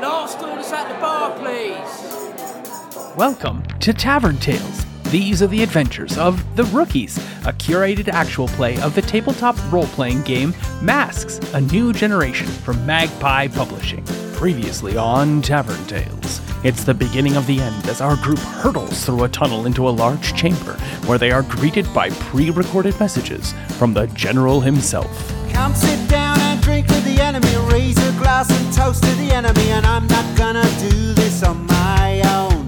Last orders at the bar, please. Welcome to Tavern Tales. These are the adventures of The Rookies, a curated actual play of the tabletop role playing game Masks, a new generation from Magpie Publishing. Previously on Tavern Tales, it's the beginning of the end as our group hurtles through a tunnel into a large chamber where they are greeted by pre recorded messages from the General himself. Come sit down and drink with the enemy. Raise a glass and toast to the enemy. And I'm not gonna do this on my own.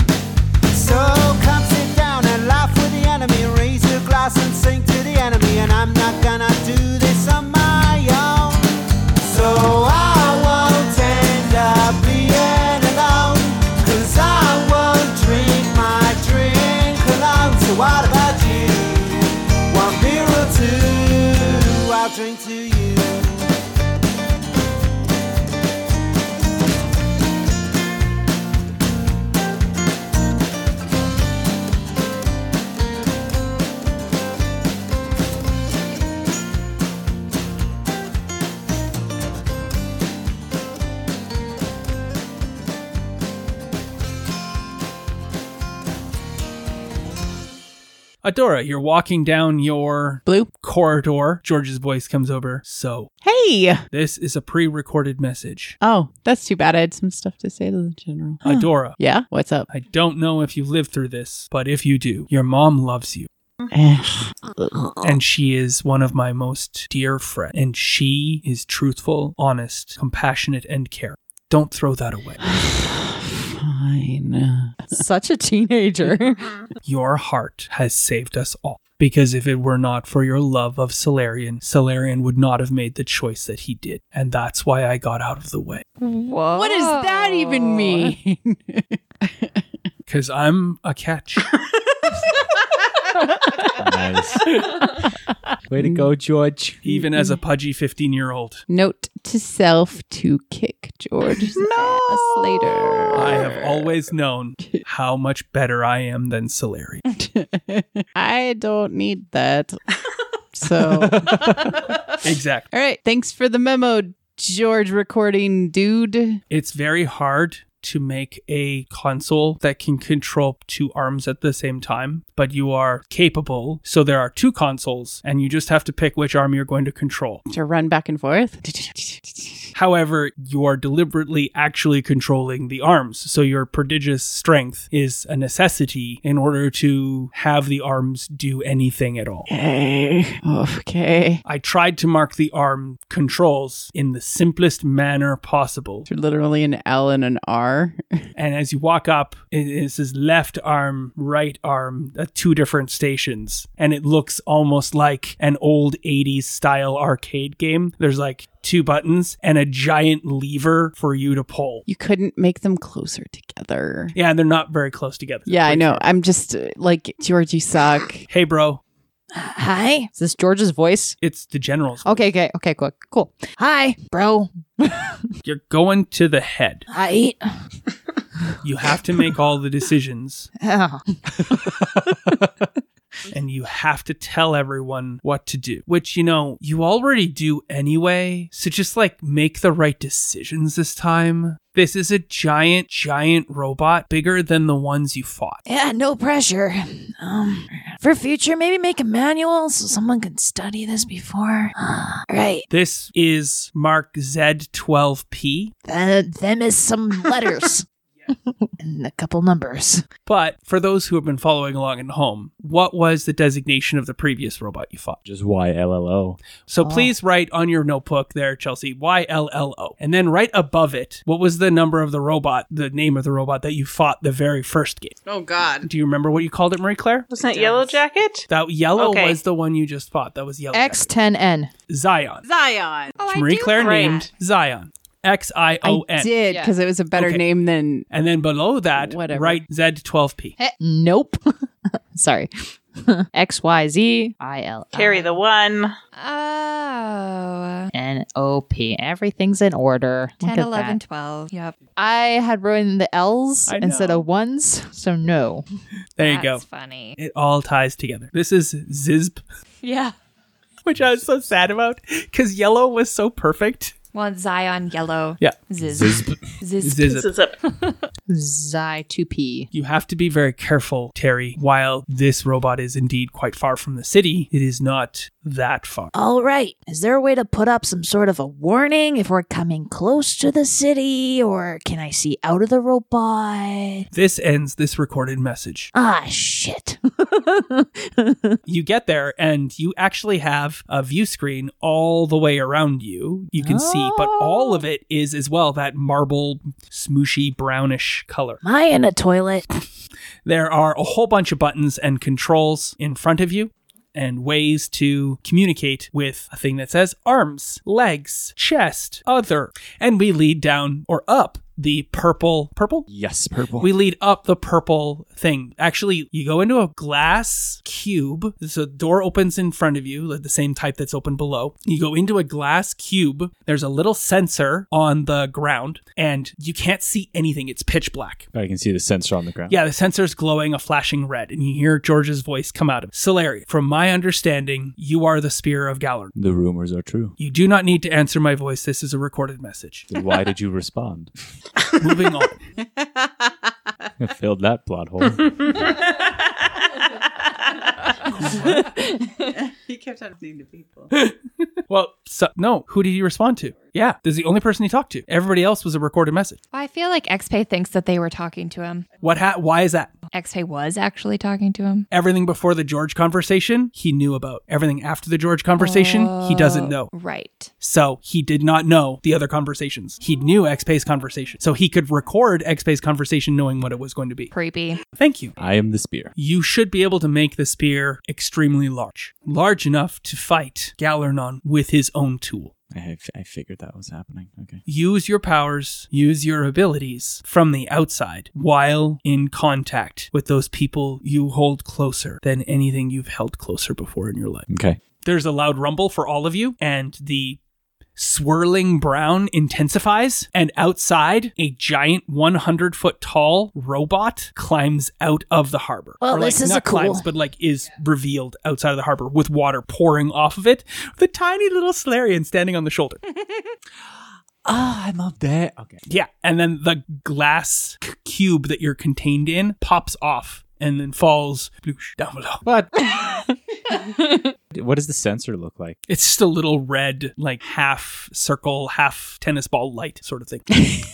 So come sit down and laugh with the enemy. Raise a glass and sing to the enemy. And I'm not gonna do this on my own. So I won't end up being alone. Cause I won't drink my drink alone. So what about you? One beer or two, I'll drink to you. Adora, you're walking down your Blue. corridor. George's voice comes over. So, Hey. this is a pre recorded message. Oh, that's too bad. I had some stuff to say to the general. Huh. Adora, Yeah. What's up? I don't know if you lived through this, but if you do, your mom loves you. Mm-hmm. And she is one of my most dear friends. And she is truthful, honest, compassionate, and caring. Don't throw that away. Fine. Such a teenager. Your heart has saved us all. Because if it were not for your love of Solarian, Solarian would not have made the choice that he did. And that's why I got out of the way. Whoa. What does that even mean? Because I'm a catch. Nice. Way to go, George. even as a pudgy 15 year old. Note to self to kick George's ass later. I have always known how much better I am than Solari. I don't need that. So, all Exactly. right. Thanks for the memo, George recording dude. It's very hard to make a console that can control two arms at the same time, but you are capable. So there are two consoles, and you just have to pick which arm you're going to control. To run back and forth. However, you are deliberately actually controlling the arms, so your prodigious strength is a necessity in order to have the arms do anything at all. Okay. Okay. I tried to mark the arm controls in the simplest manner possible. They're literally an L and an R. And as you walk up, it, it says left arm, right arm at two different stations. And it looks almost like an old 80s style arcade game. There's like two buttons and a giant lever for you to pull. You couldn't make them closer together. Yeah, and they're not very close together. Yeah, I know. I'm just uh, like, George, you suck. Hey, bro, Hi. Is this George's voice? it's the Oh. general's. Okay, okay, okay, cool. Cool. Hi, bro. You're going to the head. Hi. You have to make all the decisions Oh. and you have to tell everyone what to do, which, you know, you already do anyway. So just like make the right decisions this time. This is a giant, giant robot, bigger than the ones you fought. Yeah, no pressure. Um, for future, maybe make a manual so someone can study this before. right. This is Mark Z12P, Uh, them is some letters and a couple numbers. but for those who have been following along at home, what was the designation of the previous robot you fought? Just YLLO. So please write on your notebook there, Chelsea, Y L L O. And then right above it, what was the number of the robot, the name of the robot that you fought the very first game? Oh God. Do you remember what you called it, Marie Claire? Wasn't that Yellow Jacket? That yellow Okay. was the one you just fought. That was yellow. Jacket. X10N. Zion. Zion. Which Marie Claire named Zion. X I I O N. did because it was a better Okay. name than And then below that, Whatever. write Z12P. Eh, Nope. Sorry. X Y Z I L Carry the one. Oh. N O P. Everything's in order. Look 10, at 11, that. 12. Yep. I had written the L's I instead know. of ones, so no. There you That's go. funny. It all ties together. This is Zizp, Yeah. which I was so sad about because yellow was so perfect. Well, it's Zion yellow. Yeah. Ziz. Zizp. Ziz. Zizip. This is up. Zy 2P. You have to be very careful, Terry. While this robot is indeed quite far from the city, it is not that far. All right. Is there a way to put up some sort of a warning if we're coming close to the city? Or can I see out of the robot? This ends this recorded message. Ah, shit. You get there and you actually have a view screen all the way around you. You can see, but all of it is as well that marble, smooshy, brownish color. Am I in a toilet? There are a whole bunch of buttons and controls in front of you and ways to communicate with a thing that says arms, legs, chest, other. And we lead down or up the purple, purple? Yes, purple. We lead up the purple thing. Actually, you go into a glass cube. So a door opens in front of you, like the same type that's open below. You go into a glass cube. There's a little sensor on the ground, and you can't see anything. It's pitch black. I can see the sensor on the ground. Yeah, the sensor's glowing a flashing red, and you hear George's voice come out of Solari. From my understanding, you are the spear of Gallard. The rumors are true. You do not need to answer my voice. This is a recorded message. Then why did you respond? Moving on. Filled that plot hole. he kept on listening to people. Well, so, no, who did he respond to? Yeah, this is the only person he talked to. Everybody else was a recorded message. I feel like XPay thinks that they were talking to him. What ha- why is that? XPay was actually talking to him. Everything before the George conversation, he knew about. Everything after the George conversation, he doesn't know. Right. So he did not know the other conversations. He knew XPay's conversation. So he could record XPay's conversation knowing what it was going to be. Creepy. Thank you. I am the spear. You should be able to make the spear extremely large, large enough to fight Galernon with his own tool. I, I figured that was happening. Okay. Use your powers, use your abilities from the outside while in contact with those people you hold closer than anything you've held closer before in your life. Okay. There's a loud rumble for all of you, and the swirling brown intensifies. And outside, a giant 100 foot tall robot climbs out of the harbor. Well, Or, like, this is not a cool- climbs, but like is revealed outside of the harbor with water pouring off of it. The tiny little Slarian standing on the shoulder. Ah, I'm up there. Okay. Yeah, and then the glass c- cube that you're contained in pops off and then falls bloosh, down below. What? what does the sensor look like? It's just a little red, like half circle, half tennis ball light sort of thing.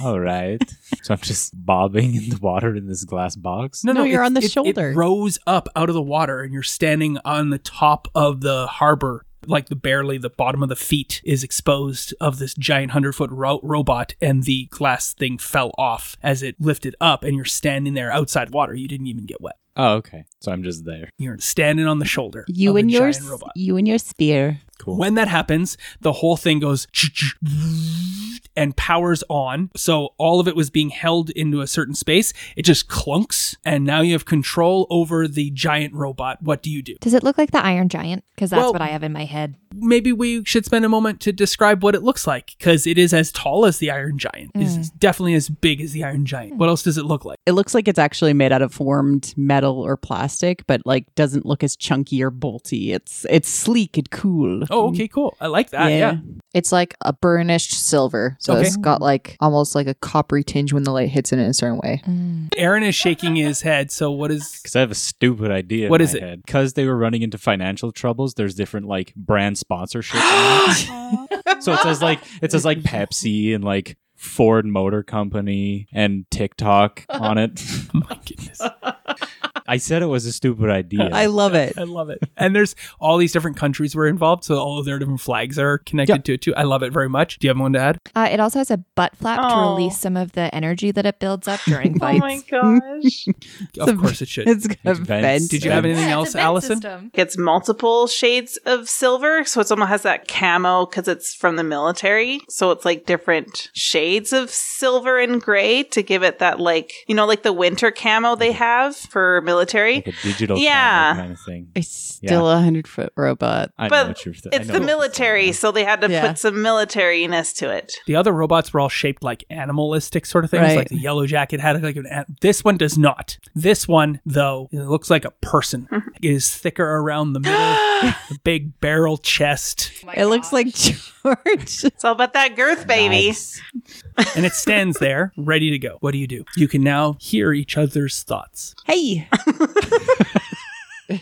All right. so I'm just bobbing in the water in this glass box. No, No, you're it's- on the it- shoulder. It rose up out of the water, and you're standing on the top of the harbor. Like the barely the bottom of the feet is exposed of this giant hundred foot ro- robot, and the glass thing fell off as it lifted up, and you're standing there outside water. You didn't even get wet. Oh, okay. So I'm just there. You're standing on the shoulder. You of a and your giant s- robot. you and your spear. Cool. When that happens, the whole thing goes and powers on. So all of it was being held into a certain space. It just clunks, and now you have control over the giant robot. What do you do? Does it look like the Iron Giant? Because that's Well- what I have in my head. Maybe we should spend a moment to describe what it looks like because it is as tall as the Iron Giant. It's definitely as big as the Iron Giant. What else does it look like? It looks like it's actually made out of formed metal or plastic, but like doesn't look as chunky or bolty. It's it's sleek and cool. Oh, okay, cool. I like that. Yeah. It's like a burnished silver. So Okay. it's got like almost like a coppery tinge when the light hits it in a certain way. Mm. Aaron is shaking his head. So what is? Because I have a stupid idea. What in is my it? Head. Because they were running into financial troubles. There's different like brand sponsorships. on it. so it says like it says like Pepsi and like Ford Motor Company and TikTok on it. Oh My goodness. I said it was a stupid idea. I love it. I love it. And there's all these different countries were involved, so all of their different flags are connected to it too. I love it very much. Do you have one to add? Uh, it also has a butt flap to Oh. release some of the energy that it builds up during Oh fights. my gosh. Of course it should. It's got It's vents. vents. Did you have Yeah, anything else, Allison? It's multiple shades of silver, so it's almost has that camo because it's from the military. So it's like different shades of silver and gray to give it that like you know like the winter camo they have for military. Like a digital Yeah. camera kind of thing. I Still a hundred foot robot. I but know what you're th- I it's know the what you're military, so they had to Yeah. put some militariness to it. The other robots were all shaped like animalistic sort of things. Right. Like the yellow jacket had like an. an- This one does not. This one though, it looks like a person. it is thicker around the middle, a big barrel chest, Oh it looks like George. It's all about that girth, baby. and it stands there ready to go. What do you do? You can now hear each other's thoughts. hey. Oh,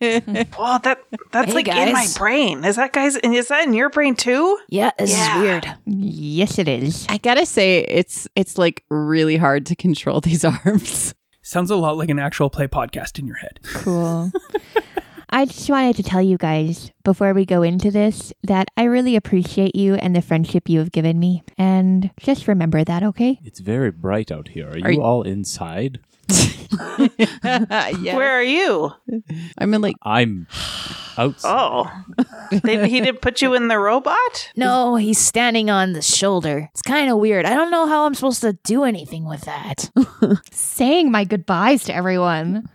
that that's Hey, like in my guys. brain. Is that guys? Is that in your brain too? Yeah, this Yeah. is weird. Yes, it is. I gotta say, it's it's like really hard to control these arms. Sounds a lot like an actual play podcast in your head. Cool. I just wanted to tell you guys before we go into this that I really appreciate you and the friendship you have given me. And just remember that, okay? It's very bright out here. Are, Are you you- all inside? yeah. Where are you? I'm in like I'm outside. Oh, they, he didn't put you in the robot. No, he's standing on the shoulder. It's kind of weird. I don't know how I'm supposed to do anything with that. Saying my goodbyes to everyone.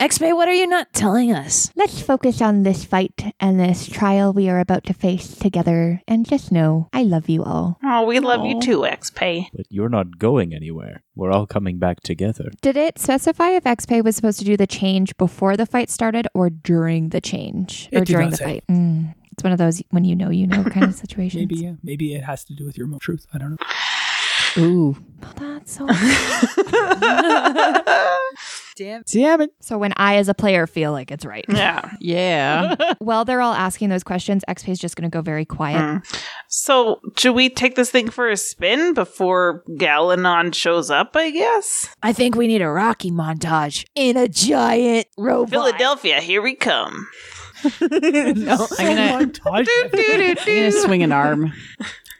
X-Bay, what are you not telling us? Let's focus on this fight and this trial we are about to face together. And just know I love you all. Oh, we love you too, XP. But you're not going anywhere. We're all coming back together. Did it specify if XPay was supposed to do the change before the fight started or during the change? It or did during not the say. fight? Mm, it's one of those when you know, you know kind of situations. Maybe yeah. Maybe it has to do with your mo- truth. I don't know. ooh. Oh, that's so. Damn it. so when I, as a player, feel like it's right. Yeah. Yeah. While they're all asking those questions, XPay's just going to go very quiet. So, should we take this thing for a spin before Galanon shows up? I guess I think we need a Rocky montage in a giant robot. Philadelphia, here we come. no, I'm gonna, Doo-doo-doo. I'm gonna swing an arm.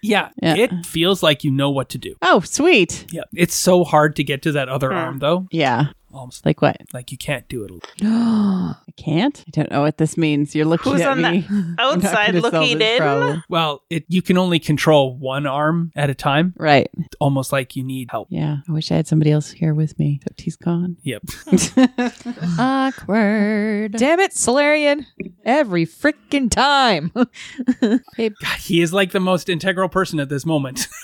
Yeah, Yeah. it feels like you know what to do. Oh, sweet. Yeah, it's so hard to get to that Hmm. other arm though. Yeah. Almost Like what? like you can't do it. I can't. I don't know what this means. You're looking Who's at on the me. I'm not outside gonna solve looking this in? problem. Well, it you can only control one arm at a time. Right. It's almost like you need help. Yeah. I wish I had somebody else here with me. Except he's gone. Yep. Awkward. Damn it, Solarian. Every freaking time. God, he is like the most integral person at this moment.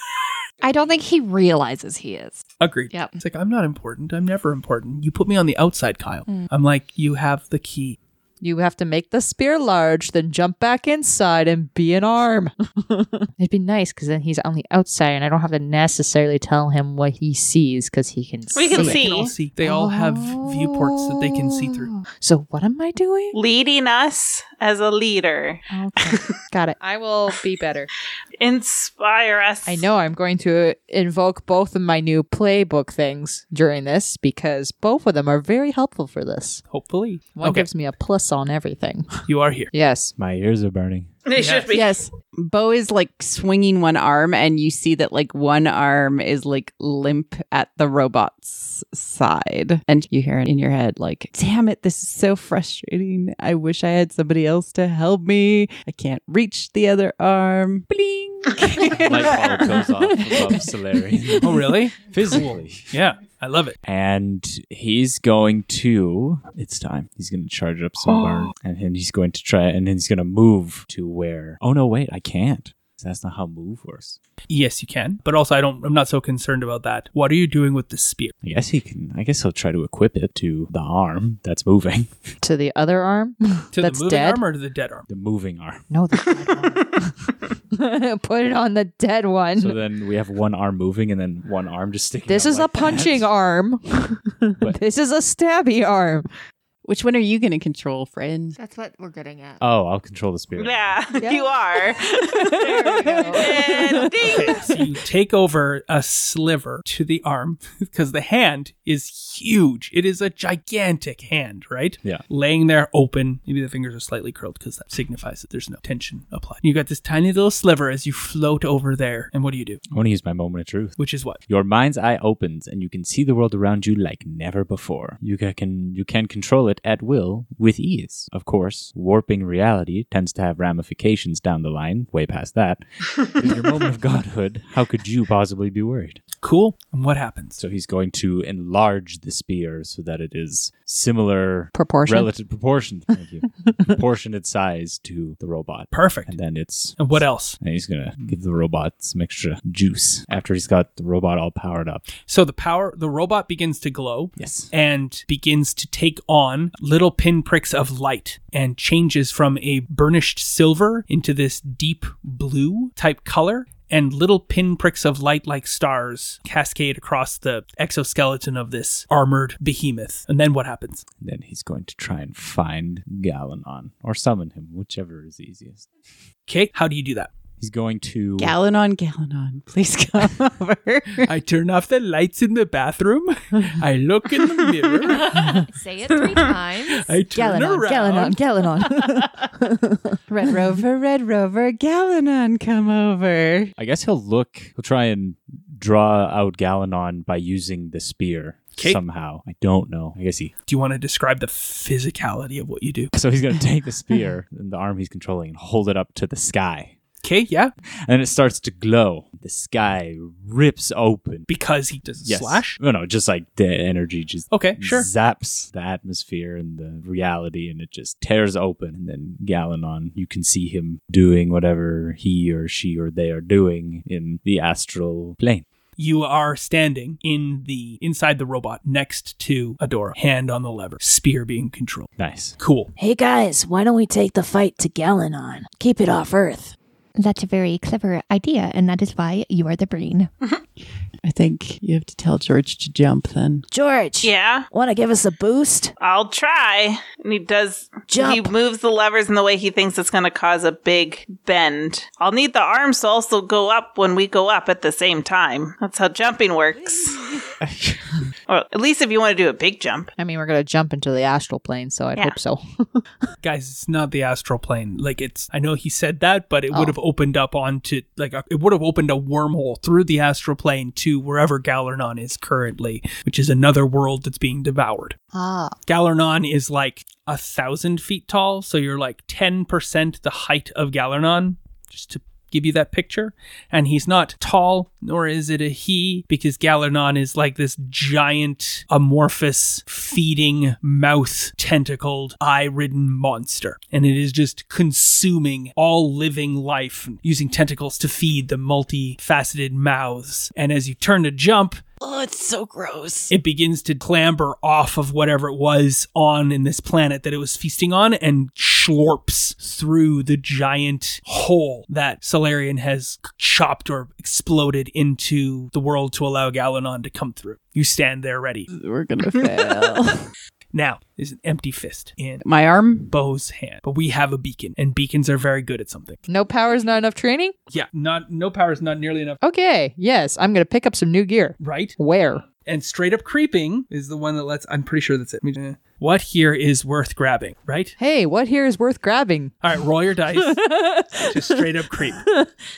I don't think he realizes he is. Agreed. Yep. It's like I'm not important. I'm never important. You put me on the outside, Kyle. I'm like you have the key. You have to make the spear large, then jump back inside and be an arm. It'd be nice because then he's on the outside and I don't have to necessarily tell him what he sees because he can see. We can They see. can all see. They all have viewports that they can see through. So, what am I doing? Leading us as a leader, Okay. Got it. I will be better. inspire us. I know I'm going to invoke both of my new playbook things during this because both of them are very helpful for this. Hopefully, One okay, gives me a plus on everything. you are here. Yes. My ears are burning. They should be. Yes. Bo is like swinging one arm, and you see that like one arm is like limp at the robot's side. And you hear in your head, like, damn it, this is so frustrating. I wish I had somebody else to help me. I can't reach the other arm. Bling. Light bulb goes off above Solarian. Oh, really? Physically. yeah, I love it. And he's going to. It's time. He's going to charge up some burn. And then he's going to try. And then he's going to move to where. Oh, no, wait. I can't. That's not how move works. Yes, you can. But also, I don't. I'm not so concerned about that. What are you doing with the spear? I guess he can. I guess he'll try to equip it to the arm that's moving. To the other arm? To That's the moving dead? arm or to the dead arm? The moving arm. No, the dead one. Put it on the dead one. So then we have one arm moving and then one arm just sticking. this out is like a punching that. arm. this is a stabby arm. Which one are you going to control, friend? That's what we're getting at. Oh, I'll control the spear. Yeah, you are. And ding. so you take over a sliver to the arm because the hand is huge. It is a gigantic hand, right? Yeah. Laying there open. Maybe the fingers are slightly curled because that signifies that there's no tension applied. You got this tiny little sliver as you float over there. And what do you do? I want to use my moment of truth. Which is what? Your mind's eye opens and you can see the world around you like never before. You ca- can you can control it at will with ease. Of course, warping reality tends to have ramifications down the line, way past that. In your moment of godhood, how could you possibly be worried? Cool. And what happens? So he's going to enlarge the spear so that it is similar Proportion? relative proportion. Thank you, proportionate size to the robot. Perfect. And then it's And what else? and he's gonna give the robot some extra juice after he's got the robot all powered up. So the power, the robot begins to glow. Yes. And begins to take on little pinpricks of light and changes from a burnished silver into this deep blue type color. And little pinpricks of light like stars cascade across the exoskeleton of this armored behemoth. And then what happens? And then he's going to try and find Galanon or summon him, whichever is easiest. Okay, how do you do that? He's going to Galanon, Galanon, please come over. I turn off the lights in the bathroom. I look in the mirror. Say it three times. I turn around. Galanon, Galanon. Red Rover, Red Rover, Galanon, come over. I guess he'll look. He'll try and draw out Galanon by using the spear Okay. somehow. I don't know. I guess he. Do you want to describe the physicality of what you do? So he's going to take the spear and the arm he's controlling and hold it up to the sky. Okay, yeah. And it starts to glow. The sky rips open. Because he does a Yes. slash. No, no, just like the energy just Okay, sure. zaps the atmosphere and the reality and it just tears open. And then Galanon, you can see him doing whatever he or she or they are doing in the astral plane. You are standing in the inside the robot next to Adora, hand on the lever, spear being controlled. Nice. Cool. Hey guys, why don't we take the fight to Galanon? Keep it off Earth. That's a very clever idea, and that is why you are the brain. I think you have to tell George to jump then. George, Yeah. want to give us a boost? I'll try. And he does. He Jump. moves the levers in the way he thinks it's going to cause a big bend. I'll need the arms to also go up when we go up at the same time. That's how jumping works. or at least if you want to do a big jump. I mean, we're gonna jump into the astral plane, so I Yeah. hope so. Guys, it's not the astral plane. Like it's I know he said that, but it would have opened up onto like a, it would have opened a wormhole through the astral plane to wherever Galernon is currently, which is another world that's being devoured. ah, Galernon is like a thousand feet tall, so you're like 10% the height of Galernon, just to give you that picture. And he's not tall, nor is it a he, because Galernon is like this giant, amorphous, feeding, mouth tentacled, eye ridden monster. And it is just consuming all living life, using tentacles to feed the multifaceted mouths. And as you turn to jump, Oh, it's so gross. it begins to clamber off of whatever it was on in this planet that it was feasting on and slorps through the giant hole that Solarian has chopped or exploded into the world to allow Galanon to come through. You stand there ready. We're gonna fail. Now, there's an empty fist in My arm. Bo's hand, but we have a beacon, and beacons are very good at something. no powers, not enough training. Yeah, not no power is not nearly enough, Okay, yes, I'm gonna pick up some new gear. right? Where? And straight up creeping is the one that lets. I'm pretty sure that's it. Let me- eh. What here is worth grabbing, right? Hey, what here is worth grabbing? All right, roll your dice. Just straight up creep.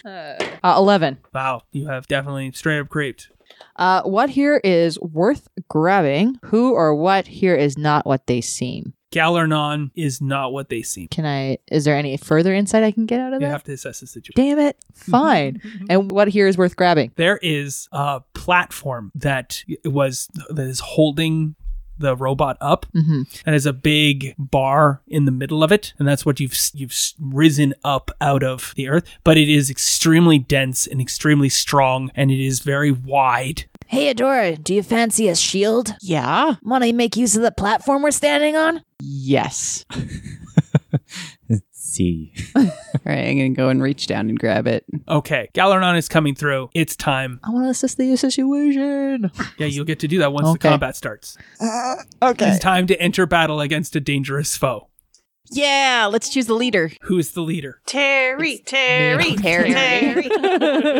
Uh, Eleven. Wow, you have definitely straight up creeped. Uh, what here is worth grabbing? Who or what here is not what they seem? Galernon is not what they seem. Can I? Is there any further insight I can get out of You that? have to Mm-hmm, assess the situation. Damn it! Fine. and what here is worth grabbing? There is a platform that was that is holding the robot up. hmm That is a big bar in the middle of it, and that's what you've you've risen up out of the earth. But it is extremely dense and extremely strong, and it is very wide. Hey Adora, do you fancy a shield? Yeah. Want to make use of the platform we're standing on? Yes. See. All right, I'm gonna go and reach down and grab it. Okay, Galernon is coming through. It's time. I want to assess the situation. Yeah, you'll get to do that once the Okay. combat starts. Uh, It's time to enter battle against a dangerous foe. Yeah, let's choose the leader. Who is the leader? Terry, Terry, Terry. I'm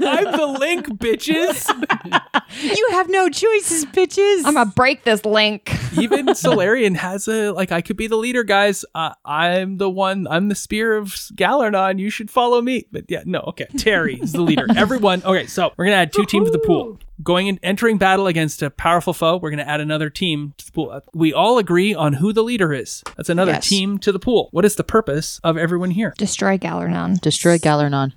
the link, bitches. You have no choices, bitches. I'm gonna break this link. Even Solarian has a like. I could be the leader, guys. Uh, I'm the one. I'm the spear of Galernon. You should follow me. But yeah, no. Okay, Terry is the leader. Everyone. Okay, so we're gonna add two teams to the pool. going and entering battle against a powerful foe. We're going to add another team to the pool. Uh, We all agree on who the leader is. That's another Yes. team to the pool. What is the purpose of everyone here? Destroy Galernon. Destroy Galernon.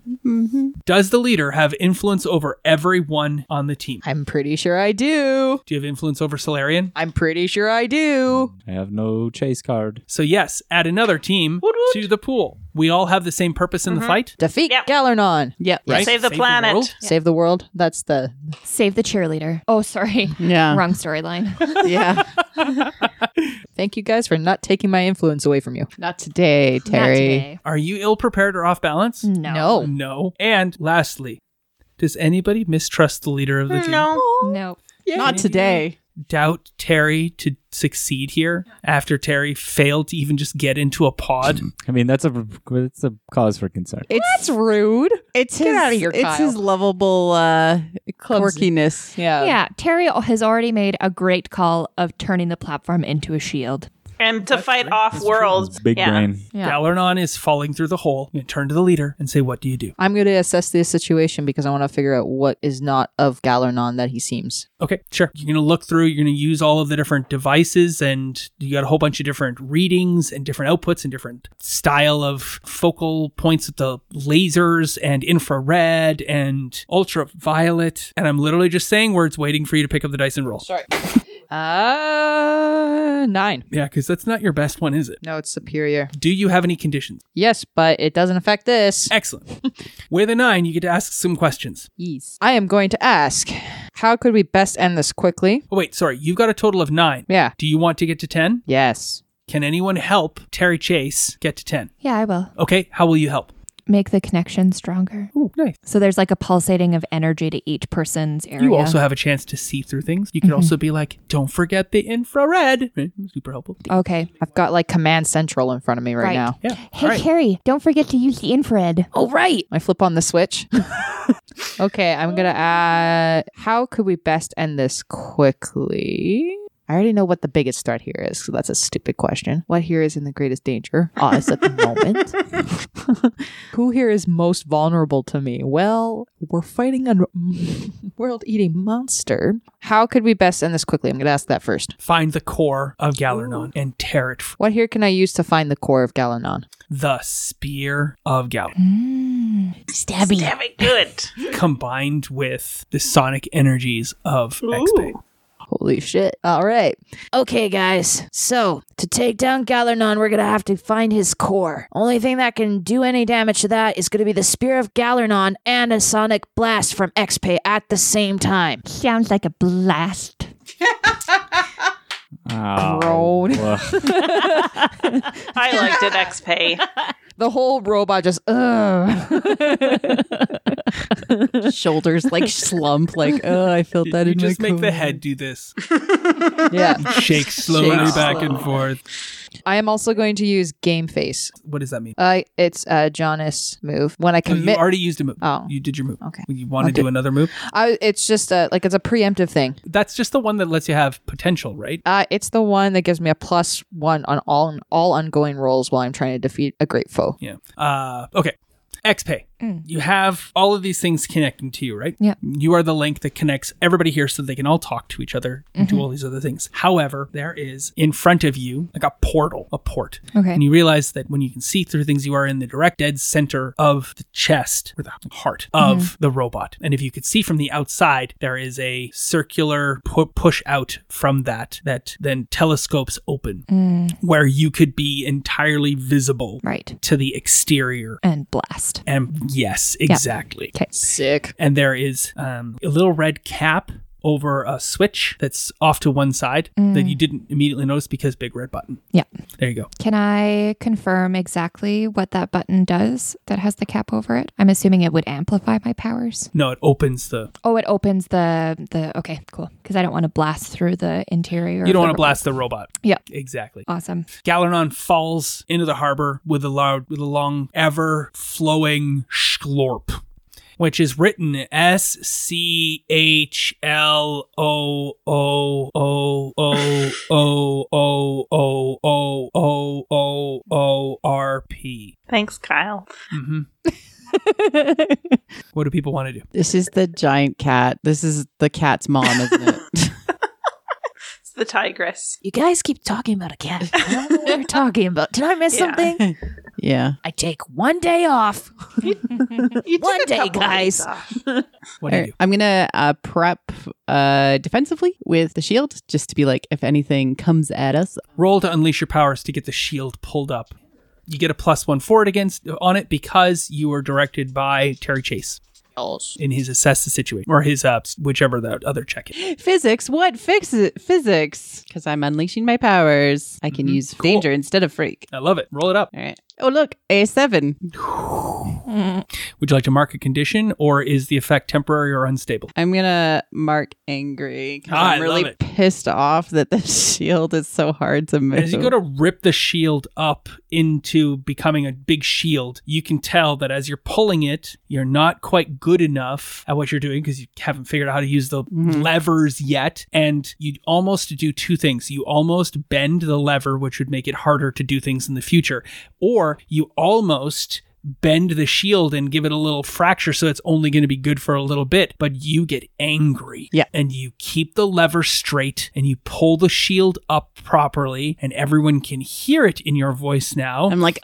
Does the leader have influence over everyone on the team? I'm pretty sure I do. Do you have influence over Solarian? I'm pretty sure I do. I have no chase card. So yes, add another team to the pool. We all have the same purpose in the fight. Defeat Galernon. Yep. Right? Save the planet. world? Save the world. That's the Save the cheerleader. Oh, sorry. Yeah. Wrong storyline. Yeah. Thank you guys for not taking my influence away from you. Not today, Terry. Are you ill prepared or off balance? No. No. No. And lastly, does anybody mistrust the leader of the team? No. No. Not today. Doubt Terry to succeed here after Terry failed to even just get into a pod? I mean, that's a that's a cause for concern. It's That's rude. it's Get his, outta here, it's Kyle. his lovable uh quirkiness. Yeah. Yeah, Terry has already made a great call of turning the platform into a shield. And to fight off worlds. Big brain. Yeah. Galernon is falling through the hole. You turn to the leader and say, What do you do? I'm going to assess this situation because I want to figure out what is not of Galernon that he seems. Okay, sure. You're going to look through, you're going to use all of the different devices, and you got a whole bunch of different readings and different outputs and different style of focal points with the lasers and infrared and ultraviolet. And I'm literally just saying words, waiting for you to pick up the dice and roll. Sorry. Uh, nine. Yeah, because that's not your best one, is it? No, it's superior. Do you have any conditions? Yes, but it doesn't affect this. Excellent. With a nine, you get to ask some questions. Yes. I am going to ask how could we best end this quickly? Oh, wait, sorry. You've got a total of nine. Yeah. Do you want to get to 10? Yes. Can anyone help Terry Chase get to 10? Yeah, I will. Okay, how will you help? Make the connection stronger. Ooh, nice. So there's like a pulsating of energy to each person's area. You also have a chance to see through things. You can Mm-hmm. also be like, don't forget the infrared. Eh, Super helpful. Okay. I've got like Command Central in front of me right, Right. now. Yeah. Hey, Carrie, don't forget to use the infrared. Oh, right. I flip on the switch. okay, I'm gonna add. How could we best end this quickly? I already know what the biggest threat here is, so that's a stupid question. What here is in the greatest danger? Us at the moment. Who here is most vulnerable to me? Well, we're fighting a world-eating monster. How could we best end this quickly? I'm gonna ask that first. Find the core of Galernon and tear it from What here can I use to find the core of Galanon? the spear of Galernon. Stabby. Have it good. Mm-hmm. combined with the sonic energies of X-Pay. Holy shit! All right. Okay, guys. So, to take down Galernon, we're going to have to find his core. Only thing that can do any damage to that is going to be the Spear of Galernon and a Sonic Blast from Xpay at the same time. Sounds like a blast. Oh, ugh. I liked it, XPay. The whole robot just ugh. Shoulders like slump, like, oh, I felt that You in just my make the core." head do this. yeah. Shake slowly back and forth. I am also going to use game face. What does that mean? Uh, it's uh, Jonas move. When I No, you commit, already used a move. Oh. You did your move. Okay. You want to I'll do- do another move? I, it's just a, like it's a preemptive thing. That's just the one that lets you have potential, right? Uh, it's the one that gives me a plus one on all all ongoing rolls while I'm trying to defeat a great foe. Yeah. Uh, okay. XPay. Mm. You have all of these things connecting to you, right? Yep. You are the link that connects everybody here so they can all talk to each other and Mm-hmm. do all these other things. However, there is in front of you like a portal, a port. Okay. And you realize that when you can see through things, you are in the direct dead center of the chest or the heart of Mm-hmm. the robot. And if you could see from the outside, there is a circular pu- push out from that that then telescopes open Mm. where you could be entirely visible Right. to the exterior. And blast. And yes, exactly. Okay. Sick. And there is um, a little red cap over a switch that's off to one side that you didn't immediately notice because big red button. Mm. Yeah. There you go. Can I confirm exactly what that button does that has the cap over it? I'm assuming it would amplify my powers. No, it opens the. Oh, it opens the the okay, cool. Because I don't want to blast through the interior. you of don't the want to robot. blast the robot. Yeah. Uh. Exactly. Awesome. Galernon falls into the harbor with a loud, with a long, ever flowing schlorp, which is written S C H L O O O O O O O O O O O R P. Thanks, Kyle. Mhm. What do people want to do? This is the giant cat. This is the cat's mom, isn't it? It's the tigress. You guys keep talking about a cat. I don't know what you're talking about. Did I miss Yeah. something? yeah. I take one day off. You took One a day, couple guys. weeks off. What do you do? I'm gonna uh, prep uh, defensively with the shield, just to be like, if anything comes at us, Roll to unleash your powers to get the shield pulled up. You get a plus one for it against on it because you were directed by Terry Chase in his assess the situation or his uh, whichever the other check is. physics. What fix it? Physics, because I'm unleashing my powers. I Mm-hmm. can use danger instead of freak. I love it. Roll it up. All right. Oh look, a seven. Would you like to mark a condition or is the effect temporary or unstable? I'm gonna mark angry 'cause Ah, I I'm really love it. pissed off that the shield is so hard to move. As you go to rip the shield up into becoming a big shield, you can tell that as you're pulling it, you're not quite good enough at what you're doing because you haven't figured out how to use the levers yet. And you almost do two things. You almost bend the lever, which would make it harder to do things in the future, or you almost bend the shield and give it a little fracture so it's only going to be good for a little bit but you get angry Yeah. and you keep the lever straight and you pull the shield up properly and everyone can hear it in your voice now I'm like,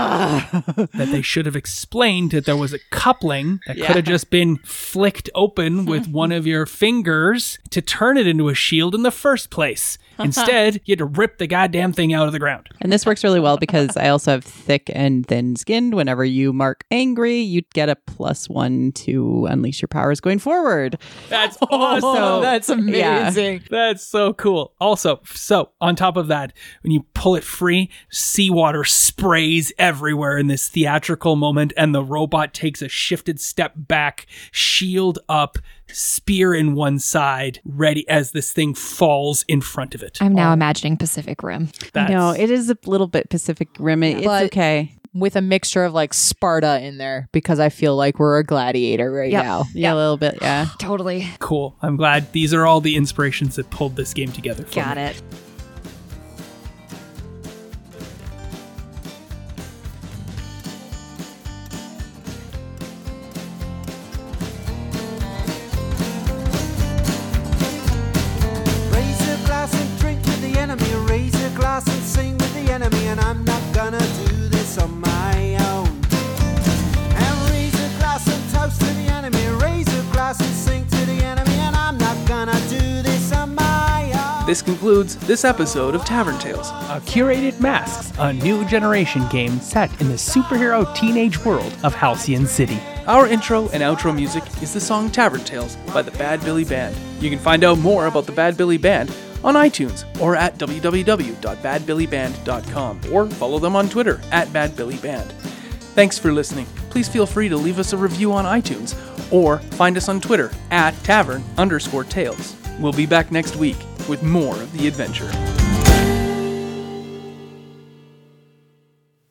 ah. that they should have explained that there was a coupling that could have just been flicked open with one of your fingers to turn it into a shield in the first place instead you had to rip the goddamn thing out of the ground And this works really well because I also have thick and thin skinned. Whenever you mark angry, you get a plus one to unleash your powers going forward. that's awesome Oh, that's amazing. That's so cool. Also, so on top of that, when you pull it free, seawater sprays everywhere in this theatrical moment, and the robot takes a shifted step back, shield up, spear in one side, ready as this thing falls in front of it. I'm now imagining Pacific Rim. That's, No, it is a little bit Pacific Rim. It's But- okay. with a mixture of like Sparta in there because I feel like we're a gladiator right Yep. now. Yeah, a little bit. Yeah. Totally. cool. I'm glad these are all the inspirations that pulled this game together. For me. Got it. Raise a glass and drink with the enemy. Raise a glass and sing with the enemy. And I'm not gonna do this on my own. And raise a glass and toast to the enemy. Raise a glass and sing to the enemy. And I'm not gonna do this on my own. This concludes this episode of Tavern Tales, a curated masks, a new generation game set in the superhero teenage world of Halcyon City. Our intro and outro music is the song Tavern Tales by the Bad Billy Band. You can find out more about the Bad Billy Band on iTunes or at www.badbillyband.com or follow them on Twitter at badbillyband. Thanks for listening. Please feel free to leave us a review on iTunes or find us on Twitter at tavern underscore tales. We'll be back next week with more of the adventure.